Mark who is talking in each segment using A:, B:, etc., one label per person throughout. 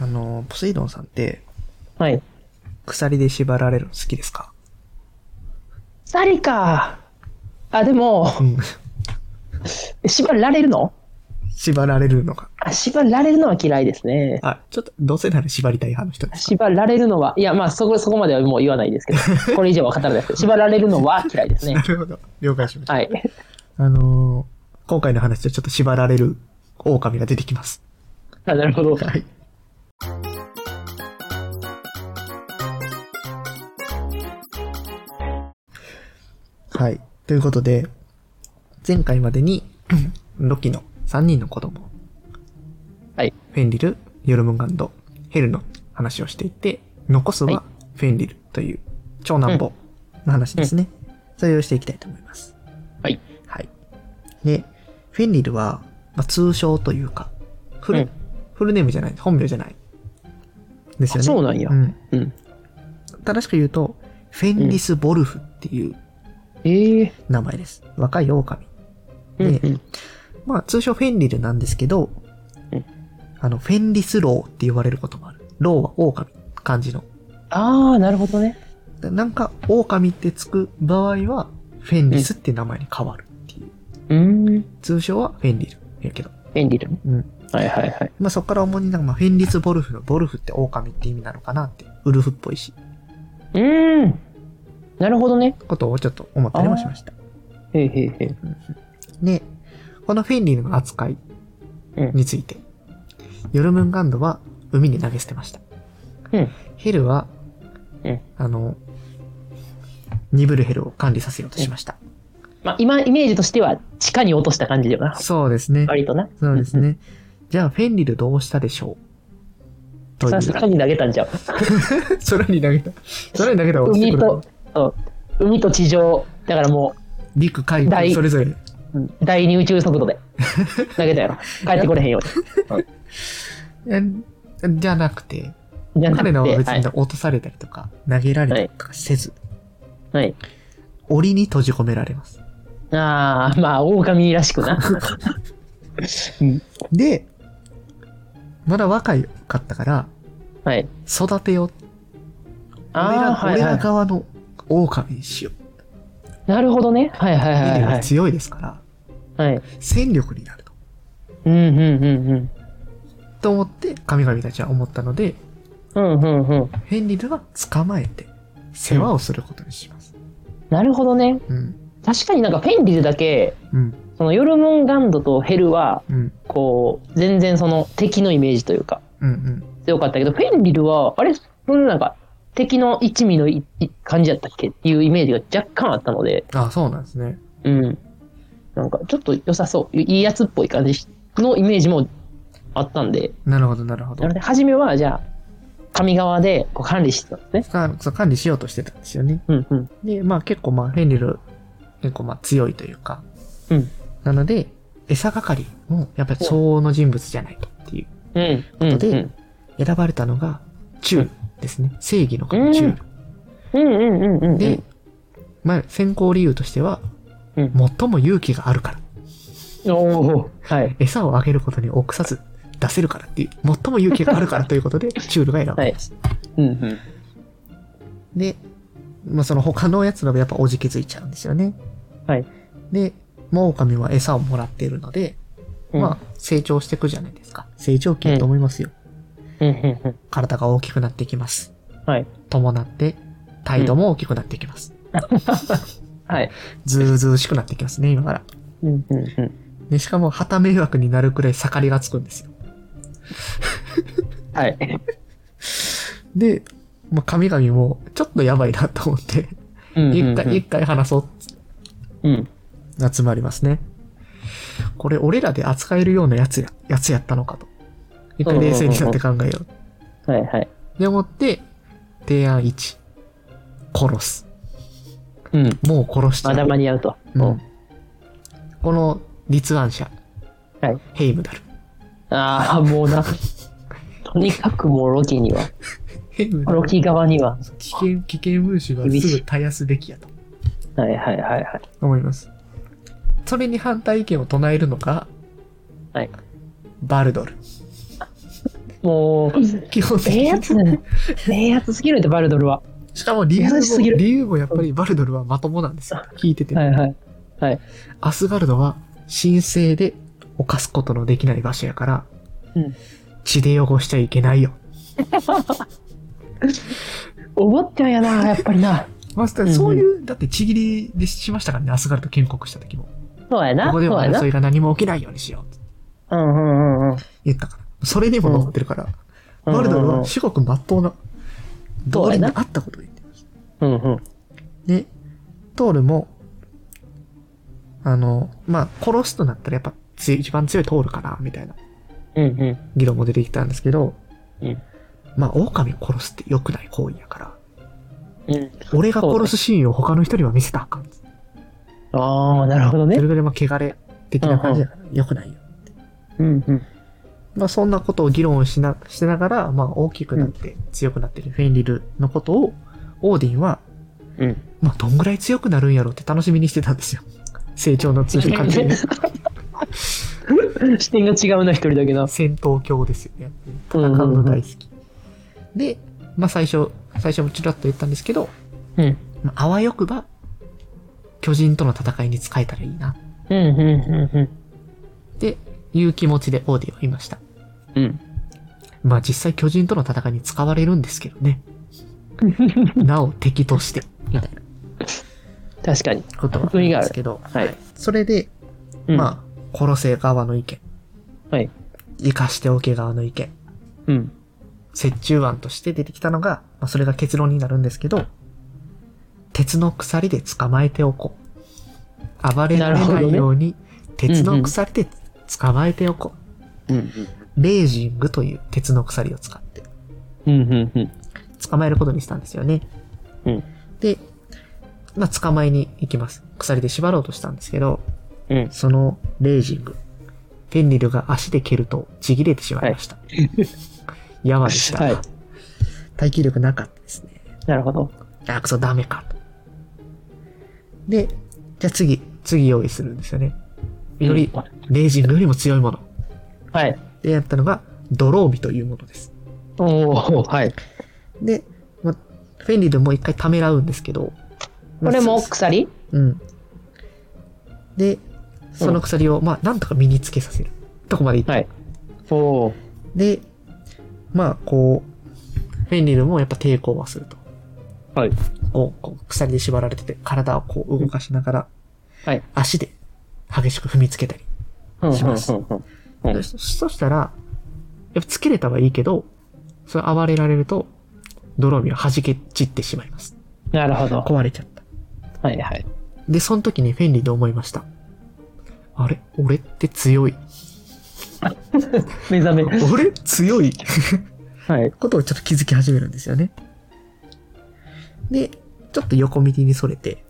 A: あの、ポセイドンさんって、
B: はい。
A: 鎖で縛られるの好きですか
B: サリか。あ、でも、
A: うん。
B: 縛られるの
A: 縛られるのが。
B: あ縛られるのは嫌いですね。
A: あ、ちょっと、どうせなら縛りたい派の人ですか
B: 縛られるのは、いや、まあ、そこ、そこまではもう言わない ですけど、これ以上は語らないですけど、縛られるのは嫌いですね
A: な。るほど。了解しました。
B: はい。
A: あのー今回の話でちょっと縛られる狼が出てきます。
B: あなるほど。
A: はい。はい。ということで、前回までに、ロキの3人の子供、
B: はい。
A: フェンリル、ヨルムガンド、ヘルの話をしていて、残す
B: は
A: はフェンリルという長男坊の話ですね。それをしていきたいと思います。
B: はい。
A: はい。で、フェンリルは、まあ、通称というか、フル、
B: うん
A: フルネームじゃない、本名じゃない。ですよ
B: あ
A: ね。
B: そうなんや
A: う。ん。
B: うん。
A: 正しく言うと、フェンリス・ボルフっていう
B: ええ
A: 名前です。若い狼。
B: うん
A: で
B: うん。
A: まあ、通称フェンリルなんですけど、
B: うん
A: あの、フェンリス・ローって言われることもある。ローは狼、漢字の。
B: ああ、なるほどね。
A: でなんか、狼ってつく場合は、フェンリスって名前に変わるっていう。
B: うーん。
A: 通称はフェンリルやけど。
B: 便利だね。
A: うん。
B: はいはいはい。
A: まあ、そこから主になんか、まあ、フェンリス・ボルフの、ボルフって狼って意味なのかなって、ウルフっぽいし、
B: うーん。なるほどね。
A: ことをちょっと思ったりもしました。
B: へえへえへえ。
A: で、このフェンリルの扱いについて、ヨルムンガンドは海に投げ捨てました。
B: うん
A: ヘルは、
B: うん
A: あの、ニブルヘルを管理させようとしました。
B: まあ、今、イメージとしては、地下に落とした感じだよな。
A: そうですね。
B: 割とな。
A: そうですね。じゃあ、フェンリルどうしたでしょう
B: う
A: と
B: ん。
A: い
B: さ
A: う。
B: すがに投げたんじゃう。
A: 空に投げた。空に投げたら落ちてく
B: 海
A: る。
B: と、そう海と地上、だからもう、
A: 陸、海、
B: 大
A: それぞれ。
B: 第二宇宙速度で投げた やろ帰ってこれへんよう
A: えじゃなくて、
B: にじゃなくて
A: 彼らは別に
B: は
A: 落とされたりとか、投げられたりとかせず、
B: い、はい、
A: 檻に閉じ込められます。
B: ああまあ狼らしく なうん
A: で、まだ若いかったから、
B: はい
A: 育てよう。
B: あ
A: 俺
B: あ
A: ら、
B: はい
A: 俺ら
B: は
A: 側の狼にしよう。
B: いなるほどねはいはい
A: メニ
B: はい
A: ュー
B: は
A: が
B: い
A: 強いですから、
B: はい
A: 戦力になると。
B: うんうんうん
A: と思って、神々たちは思ったので、
B: うんうんうんうん
A: ヘンリルは捕まえて、世話をすることにします。
B: なるほどね
A: うん。
B: 確かになんかフェンリルだけ
A: うん。
B: そのヨルムンガンドとヘルは
A: うん。
B: こう全然その敵のイメージというか
A: うん。うん。
B: 強かったけどフェンリルはあれそんななんか敵の一味のいい感じだったっけっていうイメージが若干あったので
A: あ、そうなんですね。
B: うん。なんか、ちょっと良さそう。いいやつっぽい感じのイメージもあったんで。
A: なるほど、なるほ
B: な
A: ど
B: の。で、初めは、じゃあ、神側でこう管理してたんですね。
A: さそう管理しようとしてたんですよね。
B: うんうん。
A: で、まあ結構まあヘンリル、結構まあ強いというか。
B: うん。
A: なので、餌係もやっぱり相応の人物じゃないとっていう。
B: うん。うん。
A: で
B: うん
A: 選ばれたのが、チュールですね。正義の神チュール。
B: うんうんうんうん。
A: で、まあ選考理由としては、
B: うん
A: 最も勇気があるから。
B: おおはい。
A: 餌をあげることに臆さず出せるからっていう、最も勇気があるからということで、チュールが選ばれます。
B: うんうん。
A: で、まあその他のやつらはやっぱおじけづいちゃうんですよね。
B: はい。
A: で、まあ狼は餌をもらっているので、
B: うん
A: まあ、成長していくじゃないですか。成長期だと思いますよ。
B: うんうんうん。
A: 体が大きくなってきます。
B: はい。
A: 伴って、態度も大きくなってきます。
B: はい。
A: ずうずうしくなってきますね、今から。
B: うんうんうん。
A: で、しかも、旗迷惑になるくらい盛りがつくんですよ。
B: はい。
A: で、まあ、神々も、ちょっとやばいなと思って、
B: うんうん
A: 一回、一回話そうっつって
B: うん。
A: 集まりますね。これ、俺らで扱えるようなやつや、やつやったのかと。一回冷静になって考えよう。
B: はいはい。
A: で、思って、提案1。殺す。
B: うん。
A: もう殺して
B: ま
A: やる
B: だ間に合うと。
A: うん。この立案者、
B: はい
A: ヘイムダル。
B: ああ、もうな。とにかくもうロキには、
A: ヘイムダル
B: ロキ側には。
A: 危険、危険分子はすぐ絶やすべきやと
B: はいはいはいはい。
A: 思います。それに反対意見を唱えるのが、
B: はい
A: バルドル。
B: もう、
A: 基本的
B: ええ
A: に
B: やつだね。ええやつすぎるって、バルドルは。
A: しかも理由
B: 優しす
A: も
B: ぎる
A: 理由もやっぱりバルドルはまともなんですよ聞いてて、
B: はいはい。
A: アスガルドは神聖で犯すことのできない場所やから、
B: うん
A: 血で汚しちゃいけないよ
B: お坊ちゃんやな、やっぱりな。
A: まあ、だからそういう、だってちぎりでしましたからねアスガルド建国した時も
B: そうや
A: こ
B: な。そ
A: こ
B: う
A: では
B: やな。
A: 争いが何も起きないようにしようって
B: うんうんうんうん。
A: 言ったからそれにも乗ってるから、バルドルは至極まっとうな
B: そ
A: 道
B: う
A: 理
B: や
A: に
B: な
A: あったことを言ってる
B: うんうん。
A: で、トールも、あの、まあ、殺すとなったらやっぱ強い一番強いトールかな、みたいな
B: うんうん。
A: 議論も出てきたんですけど、
B: うん
A: まあ、狼を殺すって良くない行為やから、
B: うん。
A: 俺が殺すシーンを他の人には見せたらあかん。そ
B: ああ、なるほどね
A: れ。ぐらいまあ汚れ的な感じだから、良くないよ。
B: うんうん。
A: まあ、そんなことを議論しな、してながら、まあ、大きくなって強くなってるフェンリルのことを、オーディンは、
B: うん。
A: まあ、どんぐらい強くなるんやろうって楽しみにしてたんですよ。成長の通じ関係で。
B: 視点が違うな、一人だけな。
A: 戦闘狂ですよね。戦うの大好き。で、まあ最初、最初もちらっと言ったんですけど、
B: うん。
A: まああわよくば、巨人との戦いに使えたらいいな。
B: うんうんうんうん。
A: っていう気持ちでオーディをいました。
B: うん。
A: まあ実際巨人との戦いに使われるんですけどね。なお敵として、みたい
B: 確かに。
A: なことはあるんですけど。
B: はい。
A: それで、
B: うん、あ。
A: まあ、殺せ側の意見。
B: はい。
A: 生かしておけ側の意見。
B: うん。
A: 折衷案として出てきたのが、まあ、それが結論になるんですけど、鉄の鎖で捕まえておこう。暴れられないように、鉄の鎖で捕まえておこう。
B: うん。
A: レイジングという鉄の鎖を使って、
B: うん。うん。うん。
A: 捕まえることにしたんですよね。
B: うん
A: で、まあ、捕まえに行きます。鎖で縛ろうとしたんですけど、
B: うん。
A: そのレイジング、フェンリルが足で蹴るとちぎれてしまいました。やわでした。
B: はい
A: 耐久力なかったですね。
B: なるほど。
A: あ、くそ、ダメかと。で、じゃあ次、次用意するんですよね。より、レイジングよりも強いもの。
B: はい。
A: で、やったのが、ドロービというものです。
B: おおはい。
A: で、ま、フェンリルも一回ためらうんですけど。
B: こ
A: ま
B: れも
A: す
B: 鎖
A: うん。で、その鎖を、まあ、なんとか身につけさせる。とこまでいった。
B: はい。おお
A: で、まあ、こう、フェンリルもやっぱ抵抗はすると。
B: はい。
A: こう、こう鎖で縛られてて、体をこう動かしながら、
B: はい。
A: 足で激しく踏みつけたり。
B: うん。うん。うん
A: そそしたら、やっぱつけれたはいいけど、それ暴れられると、泥身を弾け散ってしまいます。
B: なるほど。
A: 壊れちゃった。
B: はいはい。
A: で、その時にフェンリル思いました。あれ俺って強 い。
B: 目覚め。
A: 俺強い
B: はい。
A: ことをちょっと気づき始めるんですよね。で、ちょっと横道にそれて、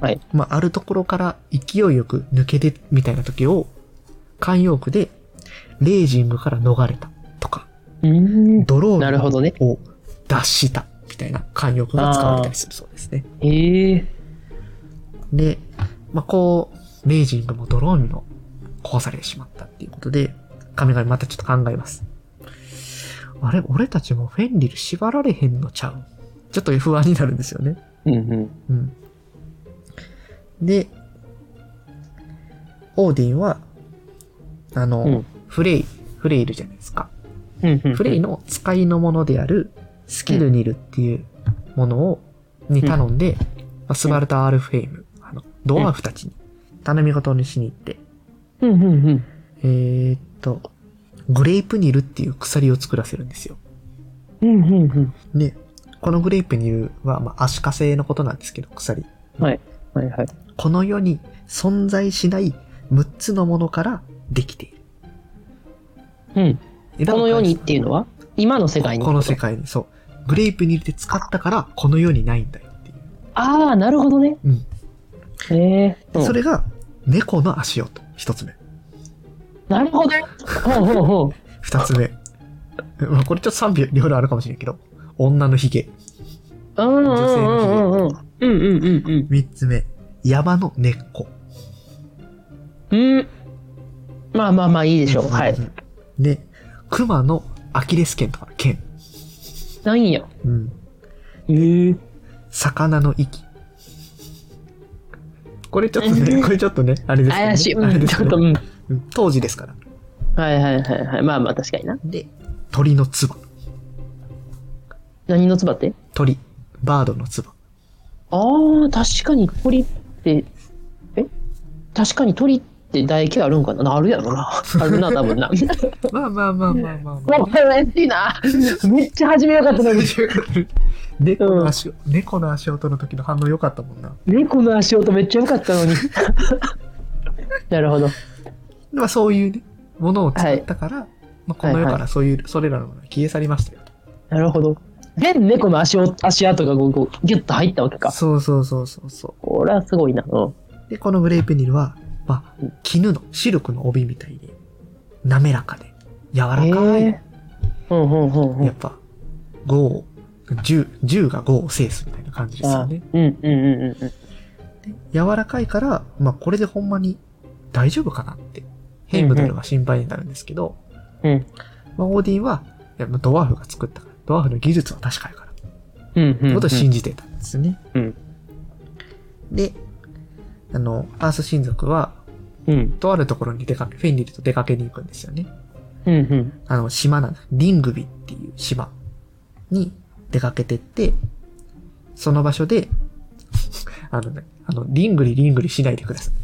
B: はい。
A: まあ、あるところから勢いよく抜けて、みたいな時を、慣用句で、レイジングから逃れたとか、
B: うん。
A: ドロー
B: なるほどね
A: を脱したみたいな慣用句が使われたりするそうですね。
B: ええ。
A: で、まあ、こう、レイジングもドローンの壊されてしまったっていうことで、神々またちょっと考えます。あれ、俺たちもフェンリル縛られへんのちゃうちょっと不安になるんですよね。
B: うんうん。
A: うん。で、オーディンは、あの、
B: うん
A: フレイ、フレイいるじゃないですか。
B: うんうん。
A: フレイの使いのものであるスキルニルっていうものを、に頼んで、まあスバルタ・アールフェイム、あの、ドワーフたちに頼み事にしに行って、
B: うんうんうん。
A: えーっと、グレープニルっていう鎖を作らせるんですよ。
B: うんうんうん。
A: で、このグレープニルは、まあ、足かせのことなんですけど、鎖。
B: はいはい。
A: この世に存在しない6つのものからできている。
B: うん。
A: えだ
B: こ
A: から
B: の世にっていうのは今の世界に
A: この世界に、そう。グレープニルって使ったから、この世にないんだよっていう。
B: ああなるほどね
A: うん
B: へえうん
A: それが、猫の足音。一つ目。
B: なるほどほうほうほ
A: 二つ目。 まあ、これちょっと賛否両論あるかもしれんけど。女の髭。
B: ううんうんうんうんうんうんうんうん
A: 三つ目。山の根っこ。
B: うんうんまあまあまあいいでしょうはい
A: で、熊のアキレス腱とかの腱。
B: ないんや。
A: うん。
B: ええ
A: 魚の息。これちょっとね、これちょっとね、あれですけどね
B: 怪しい。
A: あ
B: う
A: れ
B: ん、
A: です
B: ち
A: け
B: ょっと、
A: ど
B: うん。
A: うん当時ですから。
B: はいはいはいはい。まあまあ確かにな。
A: で、鳥の唾。
B: 何の唾って
A: 鳥。バードの唾。
B: ああ、確かに鳥って、え確かに鳥って唾液あるんかなあるやろ な。あるな、多分な。
A: まあまあまあまあまあまあ
B: もう怪しいな。 めっちゃ始め よかったのに。
A: 猫の足音、猫の足音の時の反応良かったもんな。
B: 猫の足音めっちゃ良かったのに。 なるほど。
A: まあそういうね、ものを作ったから、まあこの世
B: はい
A: か
B: は
A: らそういう、それらのものは消え去りましたよと。
B: なるほど。変猫の足音足跡がこうこうギュッと入ったわけか。
A: そうそうそうそうそ
B: これはすごいな。うん。
A: う。で、このグレーペニルは、ま
B: う
A: あ、絹の、シルクの帯みたいに、滑らかで、柔らかい、
B: えーうんうんうんうん
A: やっぱ、5を、10、10が5を制すみたいな感じですよね。
B: うんうんうんうんうん。
A: で柔らかいから、まあこれでほんまに大丈夫かなって、ヘイムダルは心配になるんですけど、
B: うん
A: まあオーディンは、いやまあドワーフが作ったから、ドワーフの技術は確かやから。
B: うんうん、
A: っ
B: う
A: て
B: ん。
A: ことを信じてたんですね。
B: うん
A: で、あの、アース親族は、
B: うん
A: とあるところに出かけ、フェンリルと出かけに行くんですよね。
B: うんうん。
A: あの、島なんです。リングビっていう島に出かけてって、その場所で、あのね、あの、リングリリングリしないでください。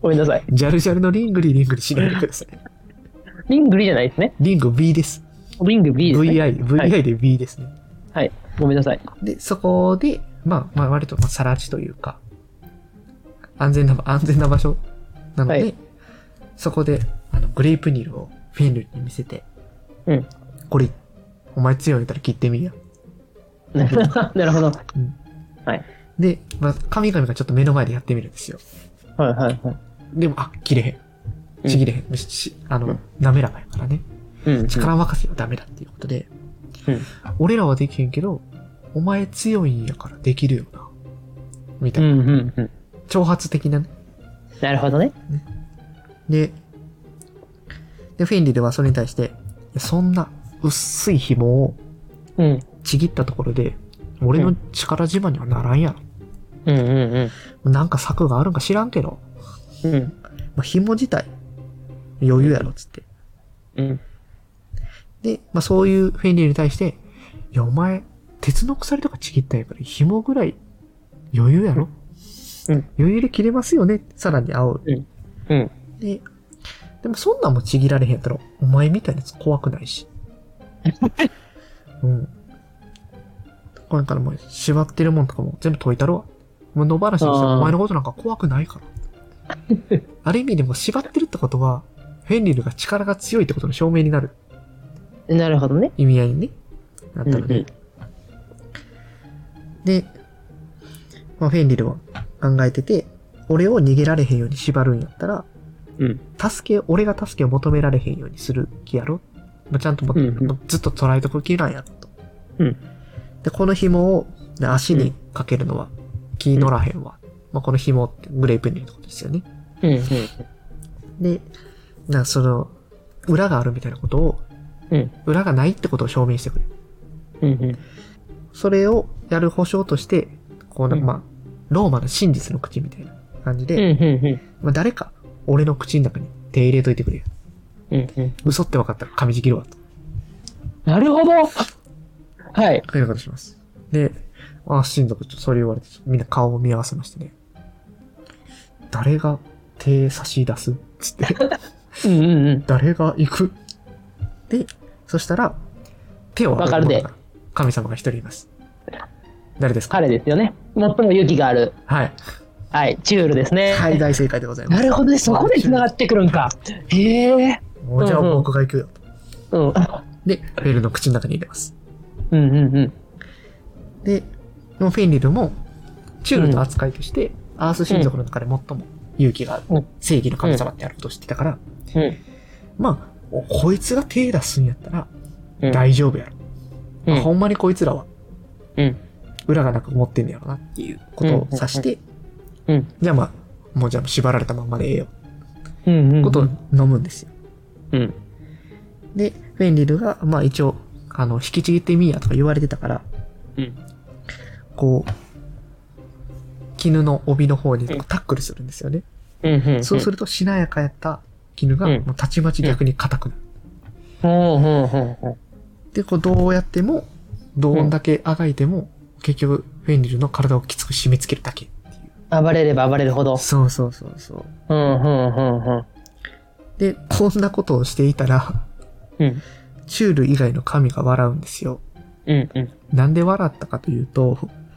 B: ごめんなさい。
A: ジャルジャルのリングリリングリしないでくだ さい。
B: リングリじゃないですね。
A: リング B です。
B: リング B ですね。
A: VI、VI で B ですね。
B: はい。ごめんなさい。
A: で、そこで、まあ、まあ、割と、まあ、さら地というか、安全な、安全な場所なので、
B: はい
A: そこで、あの、グレープニルをフェンルに見せて、
B: うん
A: これ、お前強いんやったら切ってみいや。
B: なるほど。
A: で、まあ、神々がちょっと目の前でやってみるんですよ。
B: はいはいはい。
A: でも、あ、切れへん。
B: うん
A: ちぎれへん。ししあの、
B: うん
A: 滑らかやからね。
B: うんうん。
A: 力任せはダメだっていうことで、
B: うん
A: 俺らはできへんけど、お前強いんやからできるよな。みた
B: う
A: い
B: ん
A: な。
B: うんうん。
A: 挑発的なね。
B: なるほどね。
A: で、で、フェンリルはそれに対して、いやそんな薄い紐を
B: うん。
A: ちぎったところで、俺
B: う
A: の
B: ん
A: 力自慢にはならんや
B: うんうん
A: ろ。なんか策があるんか知らんけど、
B: うん。うん。
A: まあ、紐自体、余裕やろ、つって。
B: うん。
A: で、まあそういうフェンリルに対して、いや、お前、鉄の鎖とかちぎったんやから、紐ぐらい余裕やろ、
B: うん
A: 余裕で切れますよねさらに会おう。
B: うん。
A: で、でもそんなんもちぎられへんやったら、お前みたいなやつ怖くない し。うん。これからもう縛ってるもんとかも全部解いたろわ。もう野放しにしたら
B: あー
A: お前のことなんか怖くないから。 ある意味でも縛ってるってことは、フェンリルが力が強いってことの証明になる
B: なるほどね。
A: 意味合いにね、なったので。
B: うんうん
A: で、まあ、フェンリルは考えてて、俺を逃げられへんように縛るんやったら、
B: うん。
A: 助け、俺が助けを求められへんようにする気やろ。まあ、ちゃんとも、
B: うんうん
A: もうずっと捉えとく気なんやと。
B: うん
A: で、この紐をね足にかけるのは気乗らへんわ。まあ、この紐ってグレープニルのことですよね。
B: うんうん。
A: で、なんかその、裏があるみたいなことを、
B: うん
A: 裏がないってことを証明してくれ。
B: うんうん。
A: それをやる保証として、こうな、
B: うん
A: まあ、ローマの真実の口みたいな感じ
B: うん
A: で、
B: うんうん。
A: まあ、誰か俺の口の中に手入れといてくれよ。
B: うんうん。
A: 嘘って分かったら噛みちぎるわ、と。
B: なるほど。はい。
A: ということします。で、あ、親族、ちょっとそれ言われて、みんな顔を見合わせましてね。誰が手差し出すつって。
B: うんうんうん。
A: 誰が行くで、そしたら、手を挙げ
B: わ
A: る者
B: か
A: が神様が一人います。誰ですか
B: 彼ですよね。最も勇気がある。
A: はい。
B: はい。チュールですね。
A: はい、大正解でございま
B: な
A: す。
B: るほどね。そこで繋がってくるんか。へえ。
A: もうじゃあ僕が行くよ。
B: うん。
A: で、フェルの口の中に入れます。
B: うんうんうん。
A: で、でもフェンリルも、チュールの扱いとして、アース親族の中で最も勇気がある、
B: うん
A: 正義の神様ってやることを知ってたから、
B: うん。
A: まあ、おこいつが手出すんやったら
B: うん
A: 大丈夫やろ。
B: う
A: ほ
B: ん。
A: んまにこいつらは
B: うん。
A: 裏がなく持ってんねやろなっていうことを指して、
B: うんうんうん
A: じゃあまあ、もうじゃあ縛られたまんまでええよ。
B: うんうん。
A: ことを飲むんですよ。
B: うん。
A: で、フェンリルが、まあ一応、あの、引きちぎってみいやとか言われてたから、
B: うん
A: こう、絹の帯の方に
B: うん
A: タックルするんですよね。
B: うんうんうん。
A: そうす
B: る。
A: るとしなやかやった絹が、
B: うん
A: もうたちまち逆に硬くなる。
B: ほうほうほうほ
A: で、こうどうやっても、どんだけあがいても、結局、フェンリルの体をきつく締め付けるだけ。
B: う。暴れれば暴れるほど。
A: そうそうそうそう。
B: うんうんうんうん。
A: で、こんなことをしていたら、
B: うん
A: チュール以外の神が笑うんですよ。
B: うんうん。
A: なんで笑ったかというと、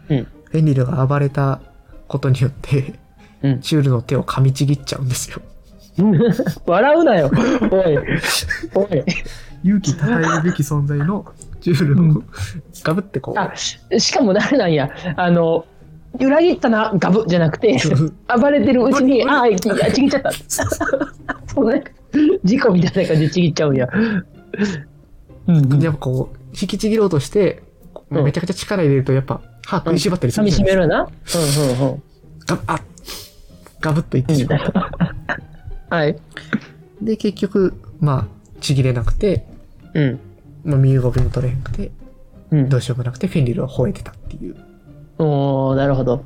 B: うん
A: フェンリルが暴れたことによって、
B: うん
A: チュールの手を噛みちぎっちゃうんですよ。
B: 笑うなよ。おい。おい。
A: 勇気たえるべき存在のチュール
B: う
A: の、ガブってこ
B: あ
A: う、
B: ししかも誰なんや。あの、裏切ったな、ガブじゃなくて、
A: そう
B: 暴れてるうちに、
A: うん
B: ああ、ちぎっちゃった。そうね。事故みたいな感じでちぎっちゃうんや。うん、うん。
A: やっぱこう、引きちぎろうとして、
B: うん
A: めちゃくちゃ力入れると、やっぱ、歯食いしばったりす
B: 噛
A: る
B: み
A: じゃ
B: 締
A: ないで
B: めるな。うんうんうん。
A: すか。ガブあガブっといってしまう。
B: はい。
A: で、結局、まあ、ちぎれなくて、
B: うん。
A: まあ、身動きも取れへんくて、
B: うん
A: ど、うしようもなくて、フェンリルは吠えてたっていう。
B: おー、なるほど。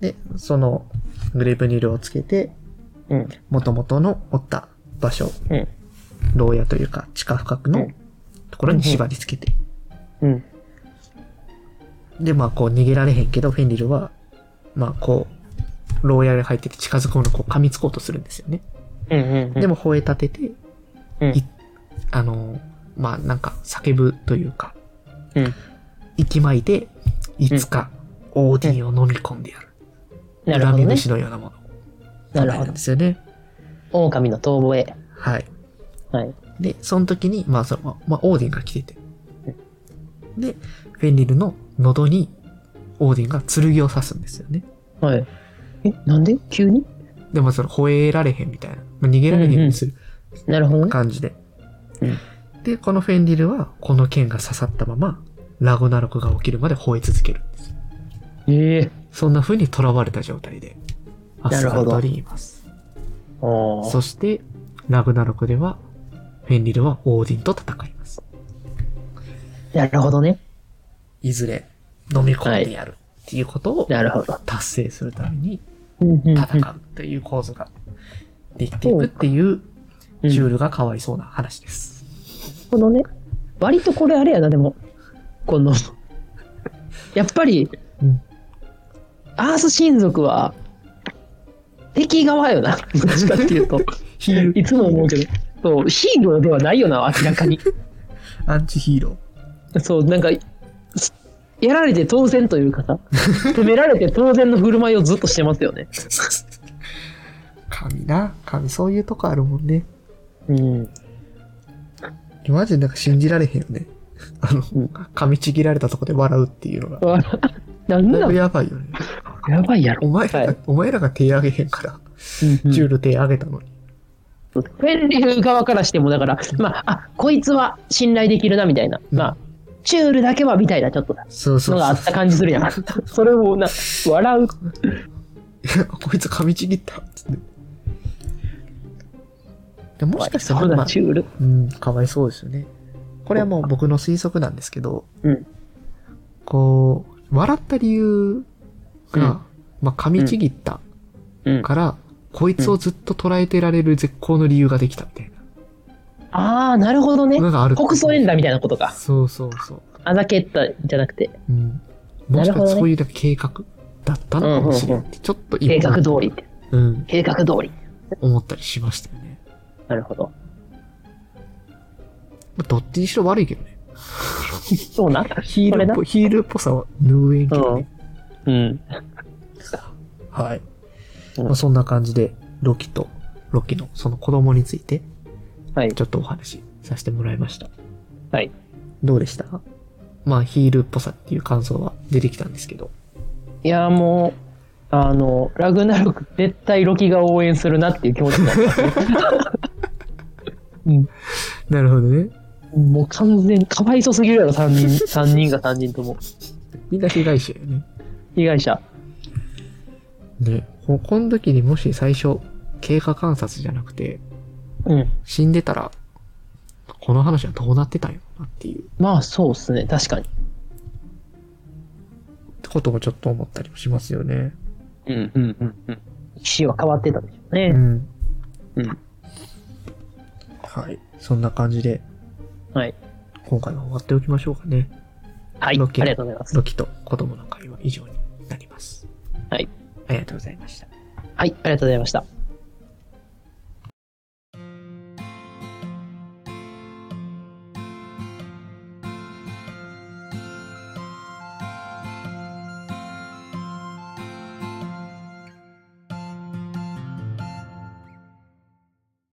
A: で、その、グレープニルをつけて、
B: うん。
A: 元々のおった場所、
B: うん
A: 牢屋というか、地下深く
B: う
A: の
B: ん
A: ところに縛り付けて。
B: うん。
A: で、まあ、こう、逃げられへんけど、フェンリルは、まあ、こう、牢屋に入ってて近づくものをこう噛みつこうとするんですよね。
B: うんうんうん。
A: でも、吠え立てて、
B: うん
A: いあのー、まあ、なんか、叫ぶというか、
B: うん
A: 息巻いて、いつか、オーディンを飲み込んでやる。
B: なるほど
A: 恨み
B: ね。
A: 節のようなもの。
B: なるほ
A: ん
B: ど
A: で。すよね。
B: 狼の遠吠え。
A: はい。
B: はい。
A: で、その時に、まあ、その、まあ、オーディンが来てて。で、フェンリルの喉に、オーディンが剣を刺すんですよね。
B: はい。え、なんで急に
A: でも、その、吠えられへんみたいな。まあ逃げられへんようにする
B: なるほどね。
A: 感じで。
B: うん
A: で、このフェンリルは、この剣が刺さったまま、ラゴナロクが起きるまで吠え続ける。
B: ええ
A: そんな風に囚われた状態で、アスガ
B: なるほ
A: ル
B: ど
A: ドにいます。
B: ー。おー。
A: そして、ラグナロクでは、フェンリルはオーディンと戦います。
B: なるほどね。
A: いずれ、飲み込んでやるっていうことを
B: なるほど。
A: 達成するために
B: うんうんうん
A: 戦うという構図ができていくっていう、
B: うん
A: ジュールがかわいそうな話です。
B: このね、割とこれあれやな、でも、この、やっぱり、
A: うん
B: アース親族は、敵側よな、どっちかっていうと。
A: ヒール、
B: いつも思うけど、そう、ヒーローではないよな、明らかに。
A: アンチヒーロー。
B: そう、なんか、すやられて当然というかさ、責められて当然の振る舞いをずっとしてますよね。
A: 神な、神、そういうとこあるもんね。
B: うん。
A: マジでなんか信じられへんよね。あの、
B: うん
A: 噛みちぎられたとこで笑うっていうのが。
B: なん
A: だい
B: な
A: ぶ
B: んや
A: やばいよね。
B: ばいやろ。
A: お前らが、
B: はい
A: お前らが手上げへんから、
B: うん
A: ジュール手上げたのに。
B: フェンリル側からしても、だから、まあ、あ、こいつは信頼できるな、みたいな。まあ、チュールだけは、みたいな、ちょっとな
A: そうそ
B: の
A: う
B: があ
A: そう
B: った感じするやん。 それを、な、笑う。
A: いやこいつ噛みちぎったっつって。でもしかした
B: そ
A: ら、
B: うだ
A: まあ
B: チュール。
A: うん、かわいそうですよね。これはもう僕の推測なんですけど、
B: うん
A: こう、笑った理由が、
B: うん
A: まあ噛みちぎった
B: うん。あ
A: から、こいつをずっと捉えてられる絶好の理由ができたみたい
B: あー、なるほどね
A: な。。のがある。
B: 国葬演だみたいなことか。
A: そうそうそう。
B: あざけったじゃなくて、
A: うん。もしかしたらそういうなんか計画だったのかもしれんって、ちょっと今
B: 計画通り。
A: うん、
B: 計画通り。
A: 思ったりしましたよね。
B: なるほど。
A: まあどっちにしろ悪いけどね。
B: そうな。
A: ヒー
B: こ
A: ル
B: れ
A: っ
B: な
A: ぽヒールっぽさはぬえんけどね。
B: うん。
A: はい。
B: うん
A: まあ、そんな感じで、ロキとロキのその子供について、
B: はい
A: ちょっとお話しさせてもらいました。
B: はい。
A: どうでしたまあ、ヒールっぽさっていう感想は出てきたんですけど。
B: いや、もう、あの、ラグナロク、絶対ロキが応援するなっていう気持ちになった。
A: なるほどね。
B: もう完全、かわいそすぎるやろ、3人、 三人が3人とも。
A: みんな被害者よね。
B: 被害者。
A: ね。ここの時にもし最初、経過観察じゃなくて、
B: うん。
A: 死んでたら、この話はどうなってたんやろうなっていう
B: まあそうですね、確かに。
A: こともちょっと思ったりもしますよね。
B: うんうんうんうん。歴史は変わってたでしょう
A: う
B: ね。
A: ん。
B: うん
A: はい。そんな感じで、
B: はい。
A: 今回は終わっておきましょうかね。
B: はい、あ
A: ロ
B: り
A: ケ
B: がとうございます。
A: ロキと子供の会は以上になります。
B: はい。
A: ありがとうございました。
B: はい、ありがとうございました。